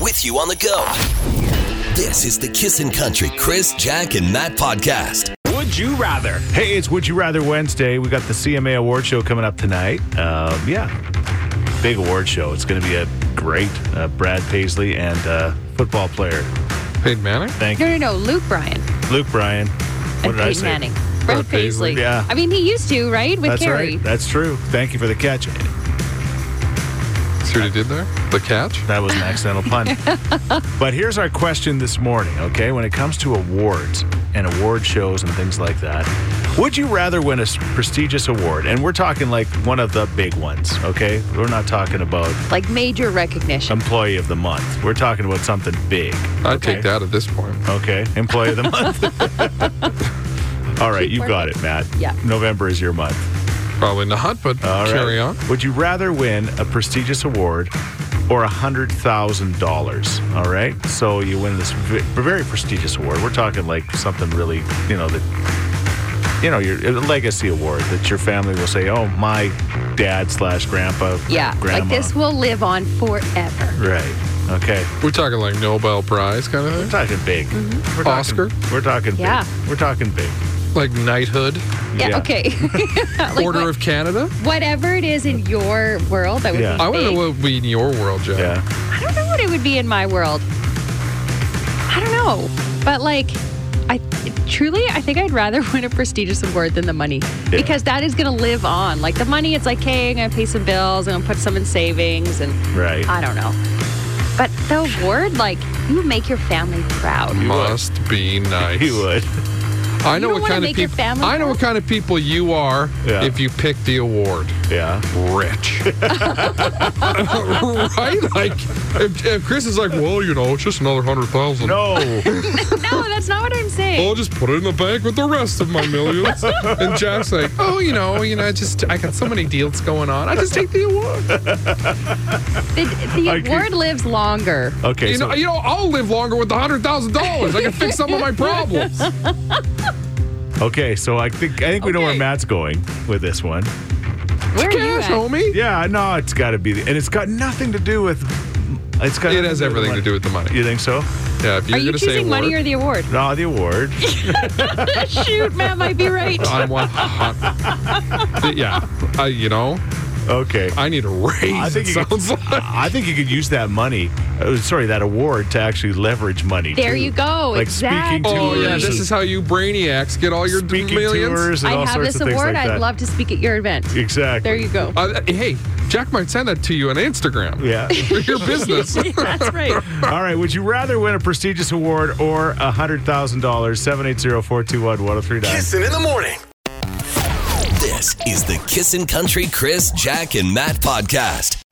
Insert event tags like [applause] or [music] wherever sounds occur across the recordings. with you on the go. This is the Kissin' Country Chris, Jack, and Matt podcast. Would you rather? Hey, it's Would You Rather Wednesday. We got the CMA Award Show coming up tonight. Um, yeah, big award show. It's going to be a great uh, Brad Paisley and uh, football player. Peyton Manning? Thank No, you, no, no. Luke Bryan Luke Bryan. What and did I Peyton say? Manning. Brad Brad Paisley. Paisley. Yeah. I mean, he used to, right? With That's Carrie. right. That's true. Thank you for the catch. See what he did there? The catch? That was an accidental [laughs] pun. but here's our question this morning, okay? When it comes to awards and award shows and things like that, would you rather win a s- prestigious award? And we're talking like one of the big ones, okay? We're not talking about Like major recognition. employee of the month. We're talking about something big, I'd Okay. take that at this point. okay? Employee of the month. [laughs] All right, you got it, Matt. Yeah. November is your month. Probably not, but All right. carry on. Would you rather win a prestigious award or $100,000? All right. So you win this v- very prestigious award. We're talking like something really, you know, that, you know, your a legacy award that your family will say, oh, my dad slash grandpa. yeah. Grandma. Like this will live on forever. Right. Okay. We're talking like Nobel Prize kind of We're thing? talking big. We're talking, Oscar? We're talking big. Mm-hmm. Yeah. We're talking big. Like knighthood? Yeah. Okay. [laughs] like Order what- of Canada? whatever it is in your world, that would Yeah. be. I want to big. know what would be in your world, Jack. Yeah. I don't know what it would be in my world. I don't know. But like I truly I think I'd rather [laughs] win a prestigious award than the money. Yeah. Because that is gonna live on. Like the money, it's like, hey, I'm gonna pay some bills, I'm gonna put some in savings and Right. I don't know. But the award, like, you make your family [laughs] proud. Must be nice. he [laughs] would. I know You what don't wanna kind of make your people. family I know what proud? kind of people you are Yeah. if you pick the [laughs] award. [laughs] Yeah. Rich, right? Like, if, if Chris is like, well, you know, it's just another hundred [laughs] thousand. No. No, that's not what I'm saying. I'll just put it in the bank with the rest of [laughs] my millions. and Jack's like, oh, you know, you know, I just I got so many deals going on. I just take the award. The, the I Uh, keep- award lives longer. Okay. You so- know, you know, I'll live longer with the hundred thousand dollars. I can fix some of my [laughs] problems. Okay, so I think I think we know where Okay. Matt's going with this one. Where are you Cash, at? homie. Yeah, no, it's got to be, the, and it's got nothing to do with. It's got. It has everything to do with the money. You think so? Yeah, if you're Are you gonna say choosing money or award, [laughs] the award? No, the [laughs] award. Shoot, Matt might be right. I want. [laughs] yeah, I, you know, Okay. I need a raise. I think it you could, sounds like. [laughs] I think you could use that money, uh, sorry, that award to actually leverage money. There too. you go, Like speaking exactly. Oh yeah, tours this and- is how you brainiacs get all your d- speaking millions. tours and I all have sorts this of things award. like that. I'd love to speak at your event. Exactly. There you go. Uh, hey, Jack might send that to you on Instagram. [laughs] [laughs] Yeah. For [laughs] your business. [laughs] That's right. All right. Would you rather win a prestigious award or hundred thousand dollars? Seven eight zero four two one one zero three nine. Kissin' in the morning. This is the Kissin' Country Chris, Jack, and Matt podcast.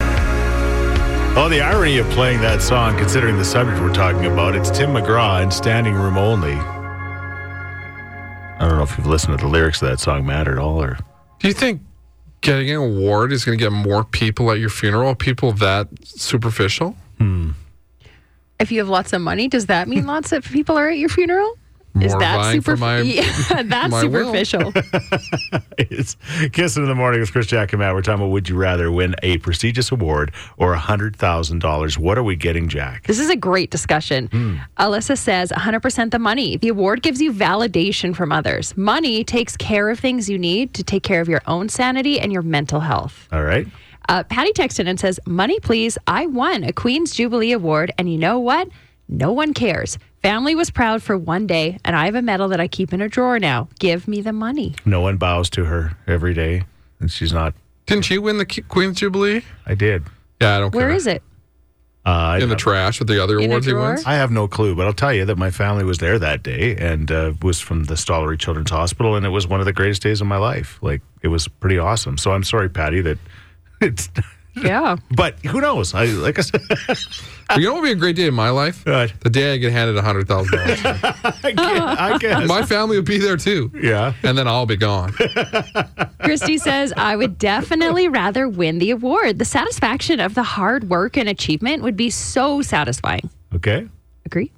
Oh, the irony of playing that song, considering the subject we're talking about, it's Tim McGraw and Standing Room Only. I don't know if you've listened to the lyrics of that song matter at all, or [laughs] Do you think getting an award is going to get more people at your funeral? People that superficial? [laughs] If you have lots of money, does that mean lots of people are at your funeral? Is More that vying for super? my- [laughs] [laughs] yeah, that's my will. [laughs] superficial. it's Kissing in the Morning with Chris Jack and Matt. We're talking about would you rather win a prestigious award or $100,000? What are we getting, Jack? This is a great discussion. Hmm. Alyssa says 100% the money. The award gives you validation from others. Money takes care of things you need to take care of your own sanity and your mental health. All right. Uh, Patty texted in and says, Money, please. I won a Queen's Jubilee Award. And you know what? No one cares. Family was proud for one day, and I have a medal that I keep in a drawer now. Give me the money. No one bows to her every day, and she's not. Didn't you win the Ki- Queen's Jubilee? I did. Yeah, I don't care. Where [laughs] is it? Uh, I- In the trash with the other In a awards he drawer? wins? I have no clue, but I'll tell you that my family was there that day and uh, was from the Stollery Children's Hospital, and it was one of the greatest days of my life. Like it was pretty awesome. So I'm sorry, Patty, that [laughs] it's. Yeah. But who knows? I like I said, [laughs] you know what would be a great day in my life? What? The day I get [laughs] handed $100,000. I, can't, I guess. my family would be there too. yeah. And then I'll be gone. Christy says, I would definitely rather win the award. The Uh, satisfaction of the hard work and achievement would be so satisfying. Okay. Agree?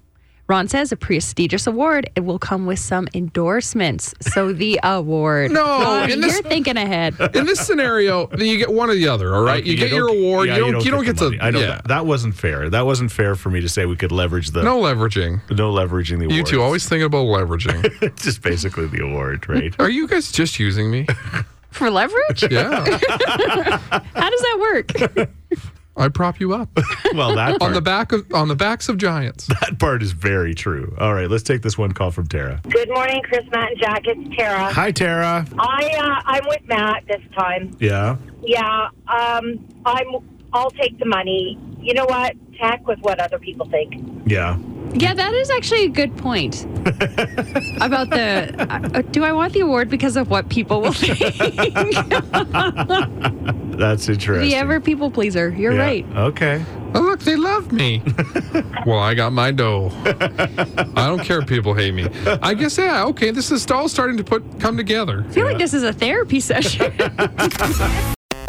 Ron says a prestigious award. It will come with some endorsements. So the award. No, Ron, and you're this- thinking ahead. In this scenario, you get one or the other. All right, you, get your award. yeah, you, don't, you don't. get the to. money. I know yeah. that, that wasn't fair. That wasn't fair for me to say we could leverage the No leveraging. no leveraging the award. You [laughs] two always thinking about leveraging. just basically the award, [laughs] right? Are you guys just using me? For leverage? [laughs] Yeah, How does that work? I prop you up well, that on part, the back of on the backs of giants. that part is very true. All right, let's take this one call from Tara. Good morning, Chris, Matt, and Jack. It's Tara. Hi, Tara. I uh, I'm with Matt this time. Yeah. Yeah, um, I'm. I'll take the money. You know what? Tack with what other people think. Yeah. yeah, that is actually a good point. About the uh, do I want the award because of what people [laughs] will think? That's interesting. the ever people pleaser. You're Yeah. right. Okay. Oh, look, they love [laughs] me. well, I got my dough. I don't care if people hate me. I guess yeah. Okay, this is all starting to put come together. I feel like this is a therapy session. [laughs]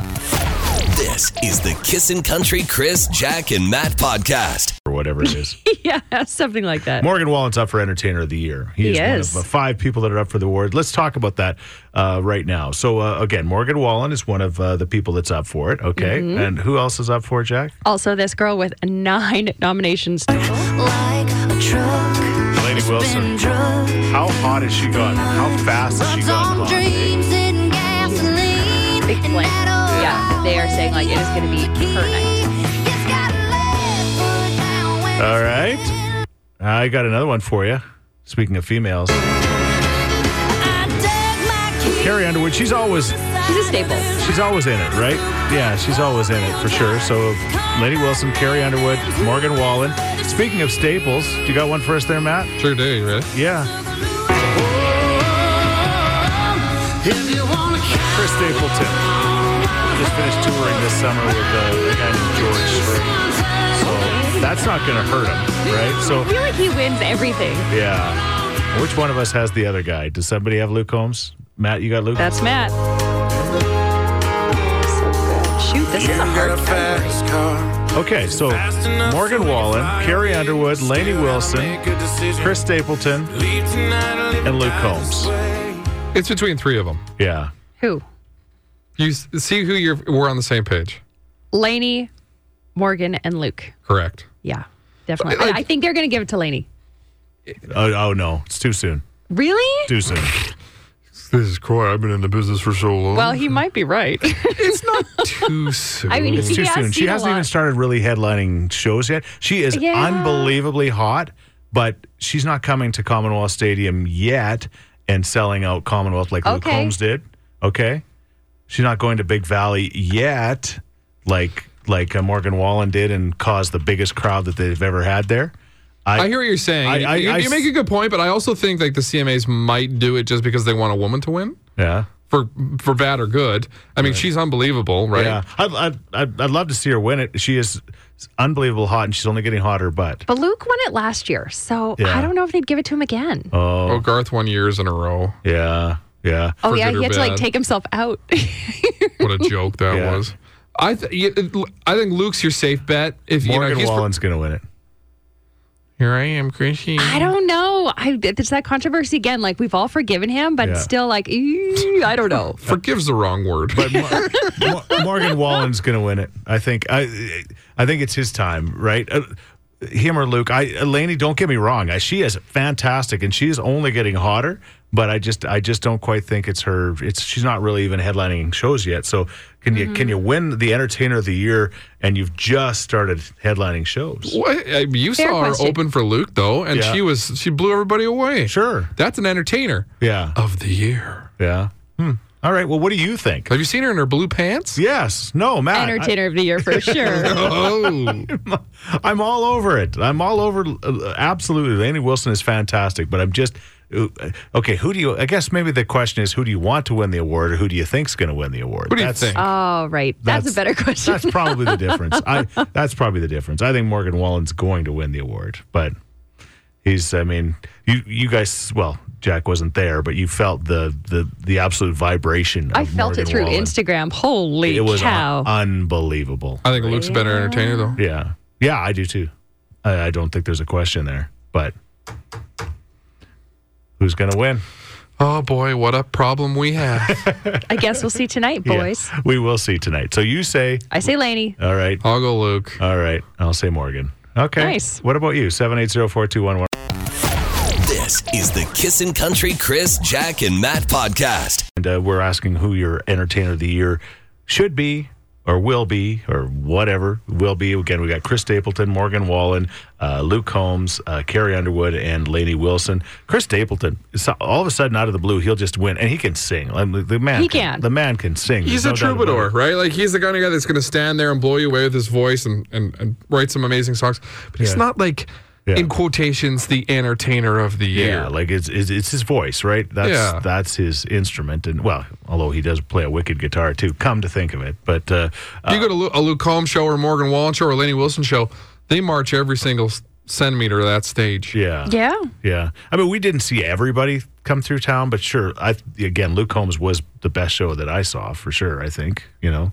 This is the Kissin' Country Chris, Jack, and Matt podcast. Or whatever it [laughs] is. yeah, something like that. Morgan Wallen's up for Entertainer of the Year. He, He is, is. one of the five people that are up for the award. Let's talk about that uh, right now. So uh, again, Morgan Wallen is one of uh, the people that's up for it. Okay, Mm-hmm. and who else is up for it, Jack? Also, this girl with nine [laughs] nominations. like a truck. Lady Been drug. How hot has she gotten? How fast has she Runs on gotten? dreams and gasoline. Big And blank. that old Yeah, they are saying, like, it is gonna be her night. It's got a left foot down when All right, I got another one for you. Speaking of females, I dug my key Carrie Underwood. She's always She's a staple. she's always in it, right? Yeah, she's always in it for sure. So Lady Wilson, Carrie Underwood, Morgan Wallen. Speaking of staples, you got one for us there, Matt? Sure do, right? Yeah. Chris Stapleton just finished touring this summer with uh, a guy named George Strait. So that's not going to hurt him, right? So, I feel like he wins everything. yeah. Which one of us has the other guy? Does somebody have Luke Holmes? Matt, you got Luke? That's Matt. So good. Shoot, this is a hard category. Okay, so Morgan Wallen, Carrie Underwood, Lainey Wilson, Chris Stapleton, and Luke Combs. It's between three of them. Yeah. Who? You s- see who you're. We're on the same page. Lainey, Morgan, and Luke. Correct. Yeah, definitely. I, I think they're going to give it to Lainey. Oh, oh, no, it's too soon. Really? Too soon. This is Coy. I've been in the business for so long. Well, he might [laughs] be right. it's [laughs] not too soon. I mean, It's too He has soon. She seen a hasn't even lot. started really headlining shows yet. She is Yeah. unbelievably hot, but she's not coming to Commonwealth Stadium yet and selling out Commonwealth like Luke Okay. Holmes did. Okay, she's not going to Big Valley yet, like like uh, Morgan Wallen did and caused the biggest crowd that they've ever had there. I hear what you're saying. I- I- you, I you s- make a good point, but I also think like the CMAs might do it just because they want a woman to win Yeah. for for bad or good. I mean, she's unbelievable, right? Yeah, I'd, I'd, I'd, I'd love to see her win it. She is unbelievable hot, and she's only getting hotter. But but Luke won it last year, so Yeah. I don't know if they'd give it to him again. Oh, Oh, Garth won years in a row. yeah, Oh, yeah, yeah, good or he had to like bad. take himself out. [laughs] What [laughs] a joke that Yeah. was. I th- yeah, it- l- I think Luke's your safe bet. If you know, Morgan he's fr- Wallen's going to win it. here I am, Chrissy. I don't know. I there's that controversy again. Like we've all forgiven him, but Yeah. Ah, still, like "Ew," I [laughs] don't know. Forgive's the wrong word. But [laughs] Mor- Mor- Morgan Wallen's going to win it. I think. I I think it's his time, right? Uh, him or Luke. I Elaney, don't get me wrong. I, she is fantastic, and she is only getting hotter. But I just I just don't quite think it's her. It's she's not really even headlining shows yet. So can you can you win the Entertainer of the Year and you've just started headlining shows? [laughs] What? Uh, you Fair saw question. her open for Luke though, and Yeah. she was she blew everybody away. Sure. that's an entertainer Yeah. of the year. Yeah. Hmm. All right. Well, what do you think? Have you seen her in her blue pants? Yes. No, Matt. I- Entertainer of the year for sure. Oh, [laughs] I'm all over it. I'm all over. uh, Absolutely, Laney Wilson is fantastic. But I'm just uh, okay. Who do you? I guess maybe the question is, who do you want to win the award, or who do you think's going to win the award? what do you That's- think? oh, right. That's, a better question. That's probably the difference. I. That's probably the difference. I think Morgan Wallen's going to win the award, but he's. I mean, you. You guys. Well, Jack wasn't there, but you felt the the the absolute vibration. Of [laughs] I felt Morgan it through Wallen. Instagram. Holy It was un- cow! unbelievable. I think Luke's a better entertainer though. Yeah. Yeah, I do too. I, I don't think there's a question there, but Who's going to win? Oh boy, what a problem [laughs] we have. I guess we'll see tonight, Yeah, boys. we will see tonight. So you say, I say Laney. all right, I'll go Luke. all right. I'll say Morgan. Okay. Nice. What about you? 780 4211. This is the Kissin' Country Chris, Jack, and Matt podcast. And uh, we're asking who your entertainer of the year should be or will be or whatever will be. Again, we got Chris Stapleton, Morgan Wallen, uh, Luke Holmes, uh, Carrie Underwood, and Laney Wilson. Chris Stapleton, so- all of a sudden out of the blue, he'll just win. And he can sing. I mean, the man He can. The man can sing. He's a There's no doubt about troubadour, it. right? Like he's the kind of guy that's going to stand there and blow you away with his voice and, and, and write some amazing songs. But he's Yeah. not like, Yeah. in quotations, the entertainer of the year. Yeah, like it's, it's it's his voice, right? That's Yeah. that's his instrument, and well, although he does play a wicked guitar too. Come to think of it, but uh, uh, you go to Lu- a Luke Combs show or Morgan Wallen show or Laney Wilson show, they march every single s- centimeter of that stage. yeah, Yeah. Yeah, I mean, we didn't see everybody come through town, but sure. I again, Luke Holmes was the best show that I saw for sure. I think you know,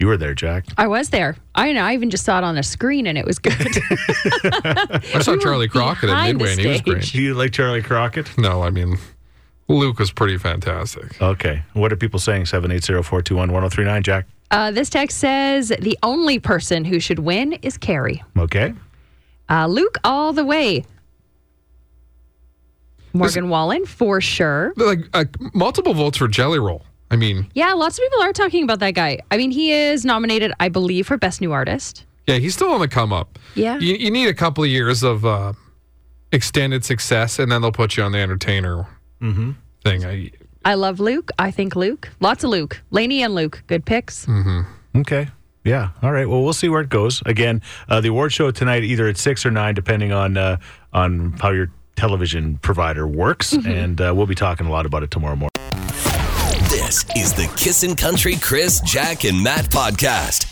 you were there, Jack. I was there. I know. I even just saw it on a screen and it [laughs] was good. I saw Charlie Crockett at behind the Midway and he was stage. great. Do you like Charlie Crockett? No, I mean, Luke was pretty fantastic. Okay, what are people saying? Seven eight zero four two one one zero three nine. Jack. uh, this text says the only person who should win is Carrie. Okay, Uh, Luke, all the way. Morgan Wallen, for sure. Like uh, multiple votes for Jelly Roll. I mean, Yeah, lots of people are talking about that guy. I mean, he is nominated, I believe, for Best New Artist. yeah, he's still on the come up. Yeah. You, you need a couple of years of uh, extended success, and then they'll put you on the entertainer thing. I, I love Luke. I think Luke. Lots of Luke. Laney and Luke. Good picks. Hmm. okay. Yeah. All right. Well, we'll see where it goes. Again, uh, the award show tonight, either at six or nine, depending on uh, on how your television provider works, and uh, we'll be talking a lot about it tomorrow morning. This is the Kissin' Country Chris, Jack, and Matt podcast.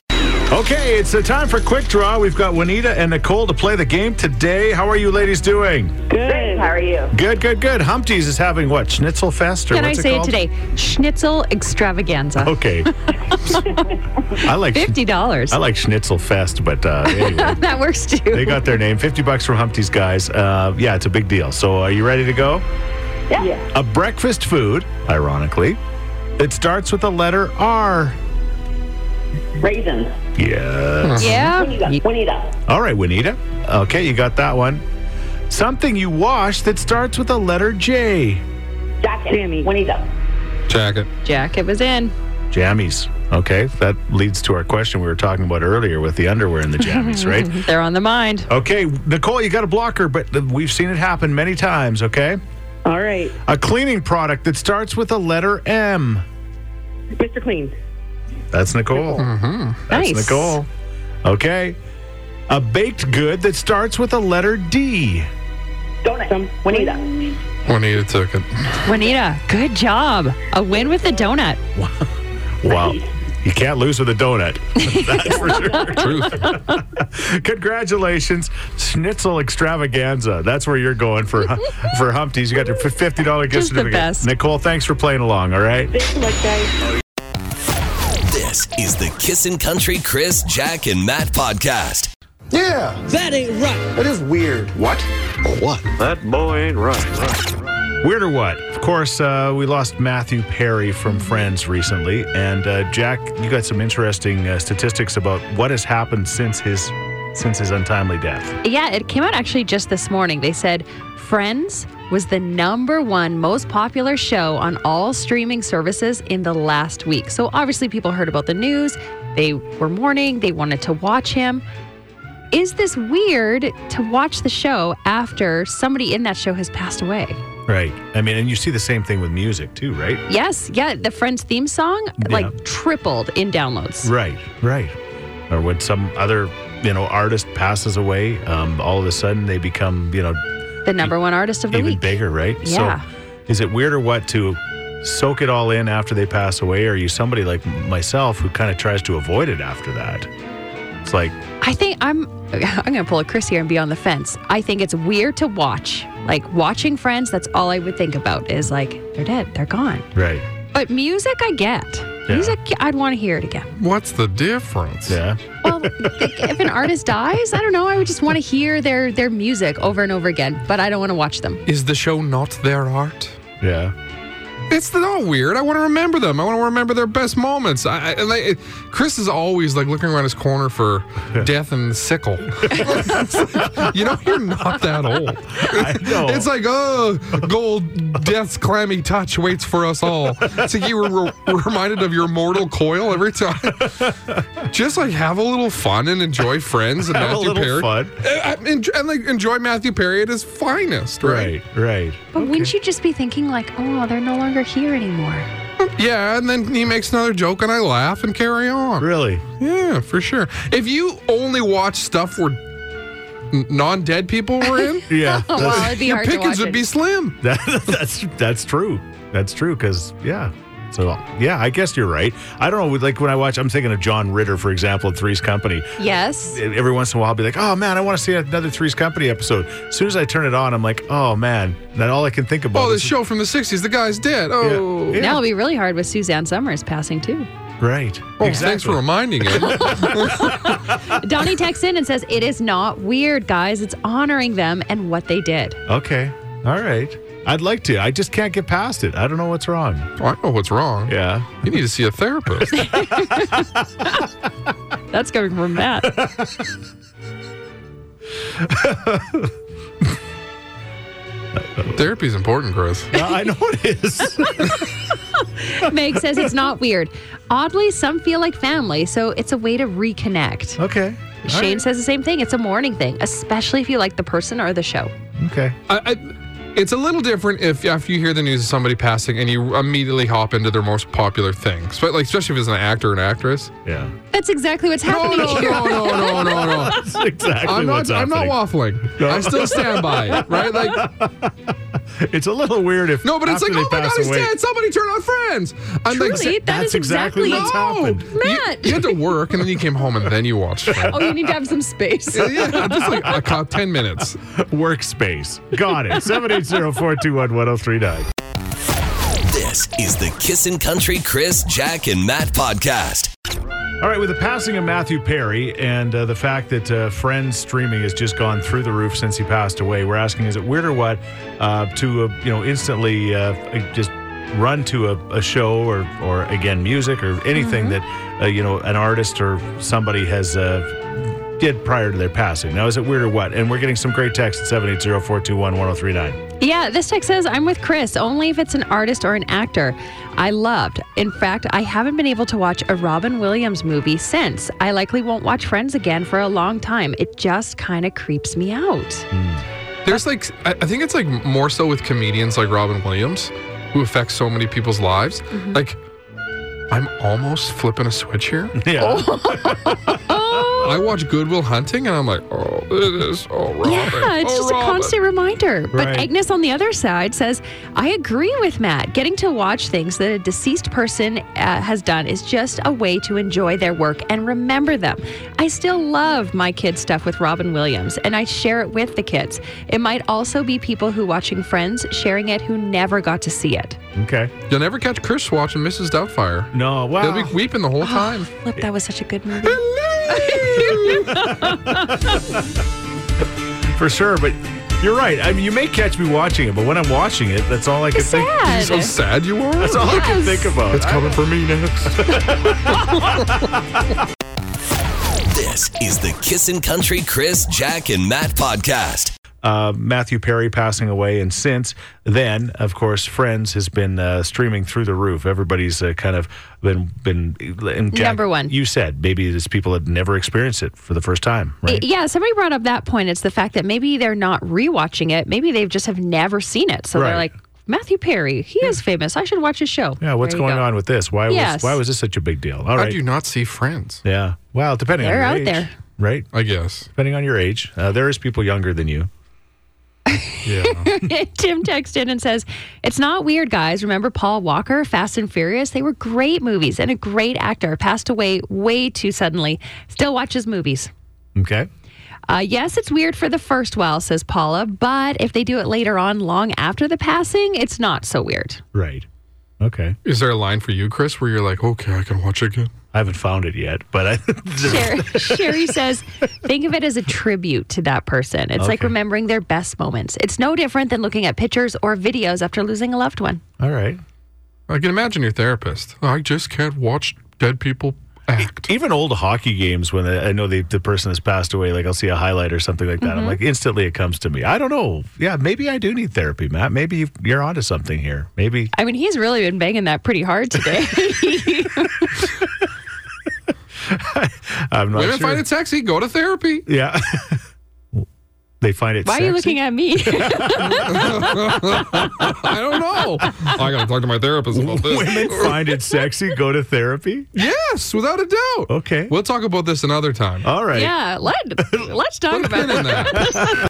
Okay, it's the time for quick draw. We've got Juanita and Nicole to play the game today. How are you ladies doing? Great. How are you? Good, good, good. Humpty's is having what? Schnitzel Fest or Can I what's it say it called? Oh, today? Schnitzel extravaganza. Okay. I like Fifty dollars. I like Schnitzel Fest, but uh, anyway, [laughs] that works too. they got their name. 50 bucks from Humpty's guys. Uh, yeah, it's a big deal. So are you ready to go? Yeah. A breakfast food, ironically. It starts with the letter R. Raisins. Yeah. yeah. Juanita. Juanita. All right, Juanita. Okay, you got that one. Something you wash that starts with the letter J. Jacket. Sammy. Juanita. jacket. Jack, it was in. Jammies. Okay, that leads to our question we were talking about earlier with the underwear and the jammies, right? [laughs] They're on the mind. Okay, Nicole, you got a blocker, but th- we've seen it happen many times, okay? All right. A cleaning product that starts with the letter M. Mr. Clean. That's Nicole. That's nice. Nicole. Okay. A baked good that starts with the letter D. Donuts. Some Juanita. Juanita took it. Juanita, good job. A win with the donut. Wow. You can't lose with a donut. [laughs] That's for sure. Truth. Congratulations, Schnitzel Extravaganza. That's where you're going for [laughs] for Humpties. You got your fifty dollar gift Just the certificate. best. Nicole, thanks for playing along. All right. Thanks so much, guys. This is the Kissin' Country Chris, Jack, and Matt podcast. Yeah. That ain't right. That is weird. What? What? Weird or what? Of course, uh, we lost Matthew Perry from Friends recently, and uh, Jack, you got some interesting uh, statistics about what has happened since his since his untimely death. Yeah, it came out actually just this morning. They said Friends was the number one most popular show on all streaming services in the last week. So obviously, people heard about the news. They were mourning. They wanted to watch him. Is this weird to watch the show after somebody in that show has passed away? Right. I mean, and you see the same thing with music too, right? Yes, yeah, the Friends theme song Yeah. like tripled in downloads. Right, right. Or when some other you know artist passes away, um, all of a sudden they become you know The number one artist of the even week. bigger, right? Yeah. So is it weird or what to soak it all in after they pass away? Or are you somebody like myself who kind of tries to avoid it after that? It's like, I think I'm [laughs] I'm gonna pull a Chris here and be on the fence. I think it's weird to watch. Like watching friends, that's all I would think about is like, they're dead, they're gone. right. But music I get. He's a, ki- I'd want to hear it again. [laughs] What's the difference? Yeah. Well, like, if an artist dies, I don't know. I would just want to hear their their music over and over again, but I don't want to watch them. Is the show not their art? Yeah. It's not weird. I want to remember them. I want to remember their best moments. I, I and like, it- Chris is always like looking around his corner for death and the sickle. [laughs] you know, you're not that old. [laughs] I know. It's like, oh, gold, death's clammy touch waits for us all. It's like you were re- reminded of your mortal coil every time. Just like have a little fun and enjoy friends and Have a Matthew little Perry. fun. And, and, and, like enjoy Matthew Perry at his finest, right? Right, right. But wouldn't you just be thinking like, oh, they're no longer here anymore? Yeah, and then he makes another joke and I laugh and carry on. Really? Yeah, for sure. If you only watch stuff where non dead people were in, [laughs] Yeah. [laughs] Well, it'd be your hard to watch pickings would it. be slim. [laughs] That, that's that's true. That's true because yeah. So yeah, I guess you're right. I don't know. with- Like when I watch, I'm thinking of John Ritter, for example, in Three's Company. yes. And Every once in a while, I'll be like, oh man, I want to see another Three's Company episode. As soon as I turn it on, I'm like, oh man. And then all I can think about Oh, this is show from the 60s, the guy's dead. Oh. Yeah. Now it'll be really hard with Suzanne Summers passing too. right. Oh, Thanks for reminding [laughs] him. Oh, Donnie texts in and says, It is not weird, guys. It's honoring them and what they did. okay. All right. I'd like to. I just can't get past it. I don't know what's wrong. Oh, I know what's wrong. Yeah. You need to see a therapist. [laughs] That's coming from Matt. Therapy's important, Chris. I know it is. [laughs] [laughs] Meg says, It's not weird. Oddly, some feel like family, so it's a way to reconnect. okay. All Shane right. says the same thing. It's a morning thing, especially if you like the person or the show. Okay. I, I, it's a little different if after you hear the news of somebody passing and you immediately hop into their most popular things, but like especially if it's an actor or an actress. Yeah. That's exactly what's No, happening no, here. no, no, no, no, [laughs] no. That's exactly I'm what's not. I'm not happening. waffling. I still stand by it. Right? Like It's a little weird if no, but it's after like, they oh my god, pass he's away. dead. Somebody turn on Friends. I'm like, Truly, that that's is exactly exactly, what's no, happened. You, Matt. you had to work and then you came home and then you [laughs] watched. Friends. Oh, you need to have some space. yeah, just like I caught ten minutes. [laughs] Workspace. Got [laughs] it. 780 421 1039. This is the Kissin' Country Chris, Jack, and Matt podcast. All right, with the passing of Matthew Perry and uh, the fact that uh, Friends streaming has just gone through the roof since he passed away, we're asking is it weird or what uh, to, uh, you know, instantly uh, just run to a, a show or, or, again, music or anything that, uh, you know, an artist or somebody has uh, did prior to their passing? Now, is it weird or what? And we're getting some great texts at 780 421 1039. Yeah, this text says, I'm with Chris, only if it's an artist or an actor. I loved. In fact, I haven't been able to watch a Robin Williams movie since. I likely won't watch Friends again for a long time. It just kind of creeps me out. There's like, I I think it's like more so with comedians like Robin Williams, who affects so many people's lives. Like, I'm almost flipping a switch here. [laughs] Yeah. I watch Goodwill Hunting and I'm like, oh, it is. Oh, Robin. Yeah, it's oh, just a Robin." constant reminder. Right. But Agnes on the other side says, I agree with Matt. Getting to watch things that a deceased person uh, has done is just a way to enjoy their work and remember them. I still love my kids' stuff with Robin Williams, and I share it with the kids. It might also be people who watching Friends sharing it who never got to see it. Okay. You'll never catch Chris watching Mrs. Doubtfire. No, wow. They'll be weeping the whole time. Look, that was such a good movie. for sure. But you're right. I mean, you may catch me watching it, but when I'm watching it, that's all I can It's think. sad. so sad you are. That's all I can Yes. think about. It's coming for me next. This is the Kissin' Country Chris, Jack, and Matt podcast. uh, Matthew Perry passing away, and since then, of course, Friends has been uh, streaming through the roof. Everybody's uh, kind of been been and Jack, Number one. You said maybe it's people that never experienced it for the first time, right? Yeah, somebody brought up that point. It's the fact that maybe they're not rewatching it. Maybe they just have never seen it. So Right. they're like, Matthew Perry, he is famous. I should watch his show. yeah, what's There you going go. on with this? Why was Yes. why was this such a big deal? All How right, do you not see Friends? yeah. Well, depending They're on out your age, there. right? I [laughs] guess. Depending on your age, uh, there is people younger than you. Yeah. [laughs] Tim texts in and says, It's not weird, guys. Remember Paul Walker, Fast and Furious? They were great movies and a great actor. Passed away way too suddenly. Still watches movies. Okay. Uh, yes, it's weird for the first while, says Paula, but if they do it later on, long after the passing, it's not so weird. Right. Okay. Is there a line for you, Chris, where you're like, okay, I can watch it again? I haven't found it yet, but I [laughs] Sherry, Sherry says, think of it as a tribute to that person. It's like Okay. remembering their best moments. It's no different than looking at pictures or videos after losing a loved one. All right. I can imagine your therapist. I just can't watch dead people [laughs] act. Even old hockey games, when uh, I I know the, the person has passed away, like I'll see a highlight or something like that. Mm-hmm. I'm like, instantly it comes to me. I don't know. Yeah, maybe I do need therapy, Matt. Maybe you've, you're onto something here. Maybe. I mean, he's really been banging that pretty [laughs] hard today. I'm not Women sure. find it sexy, go to therapy. [laughs] yeah. [laughs] they find it Why are you looking at me? I don't know. I gotta talk to my therapist about Women this. [laughs] find it sexy, go to therapy? yes, without a doubt. Okay. We'll talk about this another time. All [laughs] right. yeah, let, let's talk [laughs] about it. In that.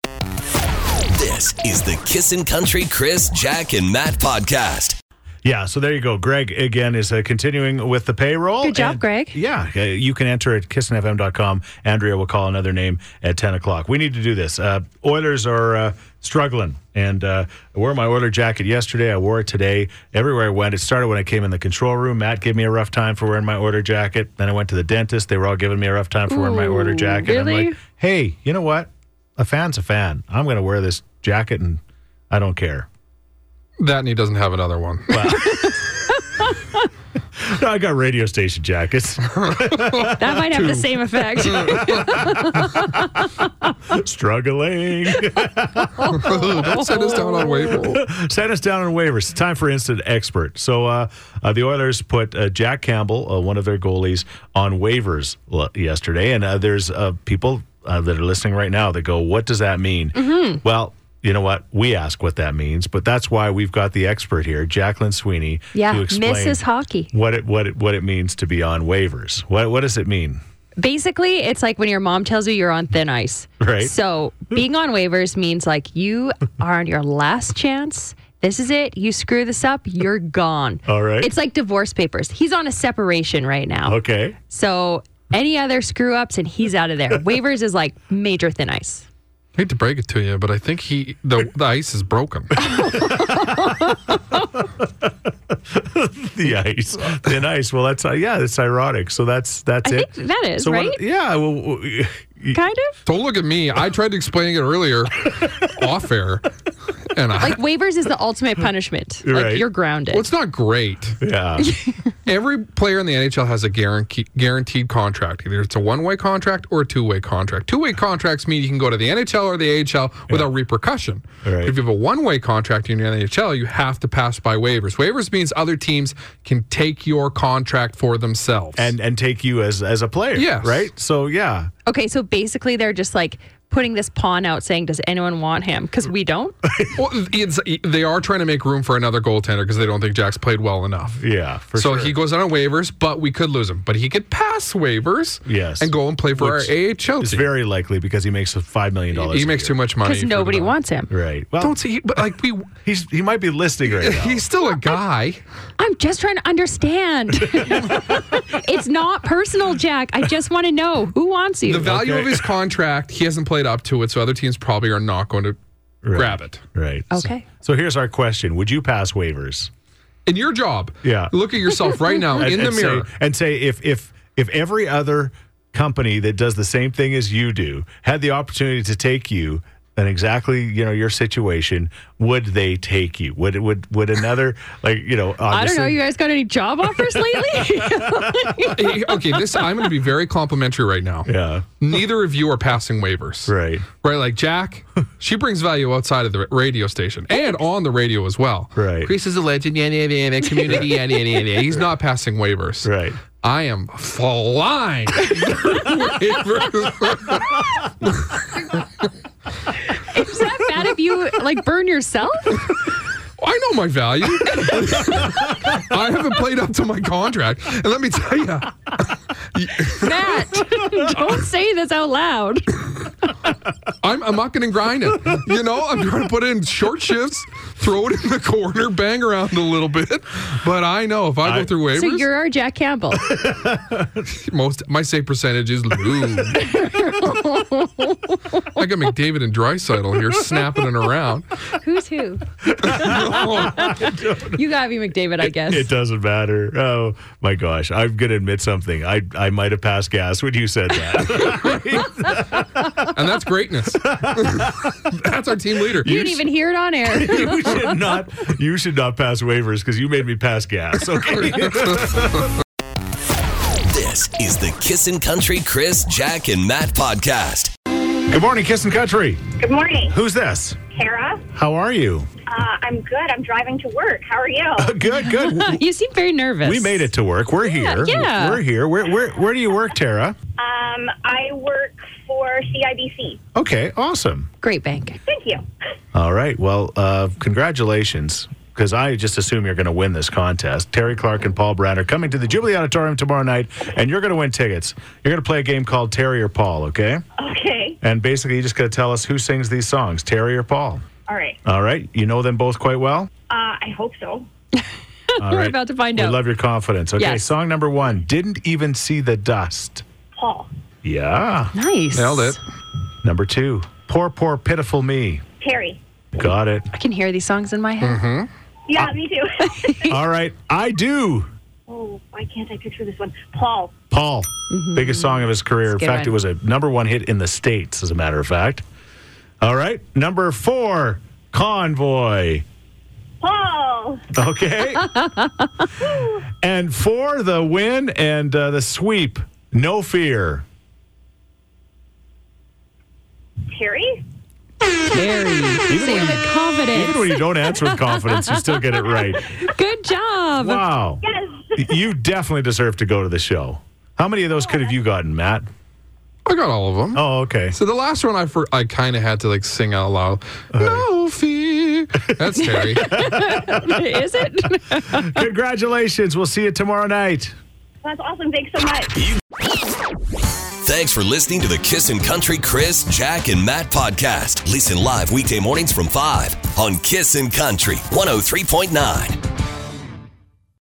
This is the Kissin' Country Chris, Jack, and Matt podcast. Yeah, so there you go. Greg, again, is uh, continuing with the payroll. Good job, And- Greg. Yeah, uh, you can enter at kissinfm.com. Andrea will call another name at 10 o'clock. We need to do this. Uh, Oilers are uh, struggling, and uh, I wore my Oiler jacket yesterday. I wore it today. Everywhere I went, it started when I came in the control room. Matt gave me a rough time for wearing my Oiler jacket. Then I went to the dentist. They were all giving me a rough time for wearing my Oiler Ooh, jacket. I'm really? like, hey, you know what? A fan's a fan. I'm going to wear this jacket, and I don't care. [laughs] That and he doesn't have another one. [laughs] No, I got radio station jackets. That might have the [laughs] same effect. struggling. [laughs] that set us down on [laughs] Weibo. Send us down on waivers. It's time for instant expert. So uh, uh, the Oilers put uh, Jack Campbell, uh, one of their goalies, on waivers l- yesterday, and uh, there's uh, people uh, that are listening right now that go, "What does that mean?" Mm-hmm. Well. You know what? We ask what that means, but that's why we've got the expert here, Jacqueline Sweeney, yeah, to explain Mrs. Hockey. what it what it, what it means to be on waivers. What what does it mean? Basically, it's like when your mom tells you you're on thin ice. Right. So being on waivers means like you are on your last chance. This is it. You screw this up, you're gone. All right. It's like divorce papers. He's on a separation right now. Okay, So any other screw ups and he's out [laughs] of there. waivers is like major thin ice. Hate to break it to you, but I think he the, the ice is [laughs] broken. [laughs] the ice, the ice. Well, that's uh, yeah, that's ironic. So that's that's I it. think that is, so right? What, yeah. Well, w- y- Kind of. Don't look at me. I tried to explain it [laughs] earlier off air, and I. Like waivers is the [laughs] ultimate punishment. Like Right. you're grounded. well, it's not great. yeah. [laughs] Every player in the NHL has a guarantee, guaranteed contract. Either it's a one-way contract or a two-way contract. Two-way contracts mean you can go to the NHL or the AHL without repercussion. Right. If you have a one-way contract in the NHL, you have to pass by waivers. Waivers means other teams can take your contract for themselves. and and take you as as a player. Yes. Right. So yeah. okay, so basically they're just like putting this pawn out saying, Does anyone want him? Because we [laughs] don't. Well, it's, they are trying to make room for another goaltender because they don't think Jack's played well enough. Yeah. For so sure. he goes out on waivers, but we could lose him. But he could pass waivers Yes. and go and play for Which our AHL It's team. very likely because he makes a five million dollars. he makes too much money. Because for nobody the- wants him. Right. Well, Don't see, but [laughs] like we, he's he might be listening [laughs] right now. he's still a guy. I'm just trying [laughs] to understand. it's not personal, Jack. I just want to know who wants you. The value of Okay. his contract, he hasn't played up to it, so other teams probably are not going to Right. grab it. right. Okay. So, so here's our question: Would you pass waivers? In your job, Yeah. look at yourself right now in the [laughs] and mirror. Say, and say if if if every other company that does the same thing as you do had the opportunity to take you and exactly you know your situation would they take you would would would [laughs] another like you know obviously, I don't know. You guys got any job offers [laughs] lately? [laughs] Hey, okay, this I'm going to be very complimentary right now. yeah Neither of you are passing waivers. right Right, like Jack, she brings value outside of the radio station and on the radio as well. Right. Chris is a legend. Yeah, yeah, yeah, yeah, community. Yeah, yeah, yeah, yeah. He's not passing waivers. right I am [laughs] flying. [laughs] Waivers. Is that bad if you like burn yourself? I know my value. I haven't played up to my contract. And let me tell [laughs] you, Matt, don't say this out loud. I'm, I'm mucking and grinding. You know, I'm trying to put in short shifts, throw it in the corner, bang around a little bit. But I know if I, I- go through waivers, So you're our Jack Campbell. most my save percentage is [laughs] low. I got McDavid and Drysital here snapping it around. [laughs] Who's who? You got to be McDavid, I guess. It doesn't matter. Oh my gosh, I'm gonna admit something. I I might have passed gas when you said that. and that's greatness. that's our team leader. [laughs] you didn't even hear it on air. [laughs] you should not. You should not pass waivers because you made me pass gas. [laughs] Okay. This is the Kissin' Country Chris, Jack, and Matt podcast. Good morning, Kissin' Country. Good morning, Who's this? Kara. How are you? Uh, I'm good. I'm driving to work. How are you? Good. Good. [laughs] you seem very nervous. We made it to work. We're here. yeah. We're here. Where, where where do you work, Tara? Um, I work for CIBC. Okay, awesome. Great bank. Thank you. All right. Well, uh, congratulations. Because I just assume you're going to win this contest. Terry Clark and Paul Brad are coming to the Jubilee Auditorium tomorrow night, and you're going to win tickets. You're going to play a game called Terry or Paul, okay? Okay. And basically, you're just going to tell us who sings these songs, Terry or Paul. All right. All right. You know them both quite well? Uh, I hope so. All [laughs] We're about to find We out. love your confidence. Okay. Yes. Song number one Didn't Even See the Dust. Paul, Yeah. Nice. Nailed it. Number two Poor, Poor, Pitiful Me. Terry. Got [laughs] it. I can hear these songs in my head. Mm-hmm. Yeah, me too. [laughs] All right. I Do. oh, why can't I picture this one? Paul. Paul, biggest song of his career. In It's Mm-hmm. a good fact, one. it was a number one hit in the States, as a matter of fact. All right. Number four, Convoy. Paul. [laughs] Okay. and for the win and uh, the sweep, No Fear. Terry. So you're the Even when confidence. you don't answer with confidence, you still get it [laughs] right. Good job. Wow. Yes. You definitely deserve to go to the show. How many of those could have you gotten, Matt? I got all of them. Oh, okay. So the last one I for, I kind of had to like sing out loud. No fear. That's Terry. [laughs] Is it? Congratulations. We'll see you tomorrow night. That's awesome. Thanks so much. Thanks for listening to the Kissin' Country Chris, Jack, and Matt oh podcast. Listen live weekday mornings from 5 on Kissin' Country 103.9.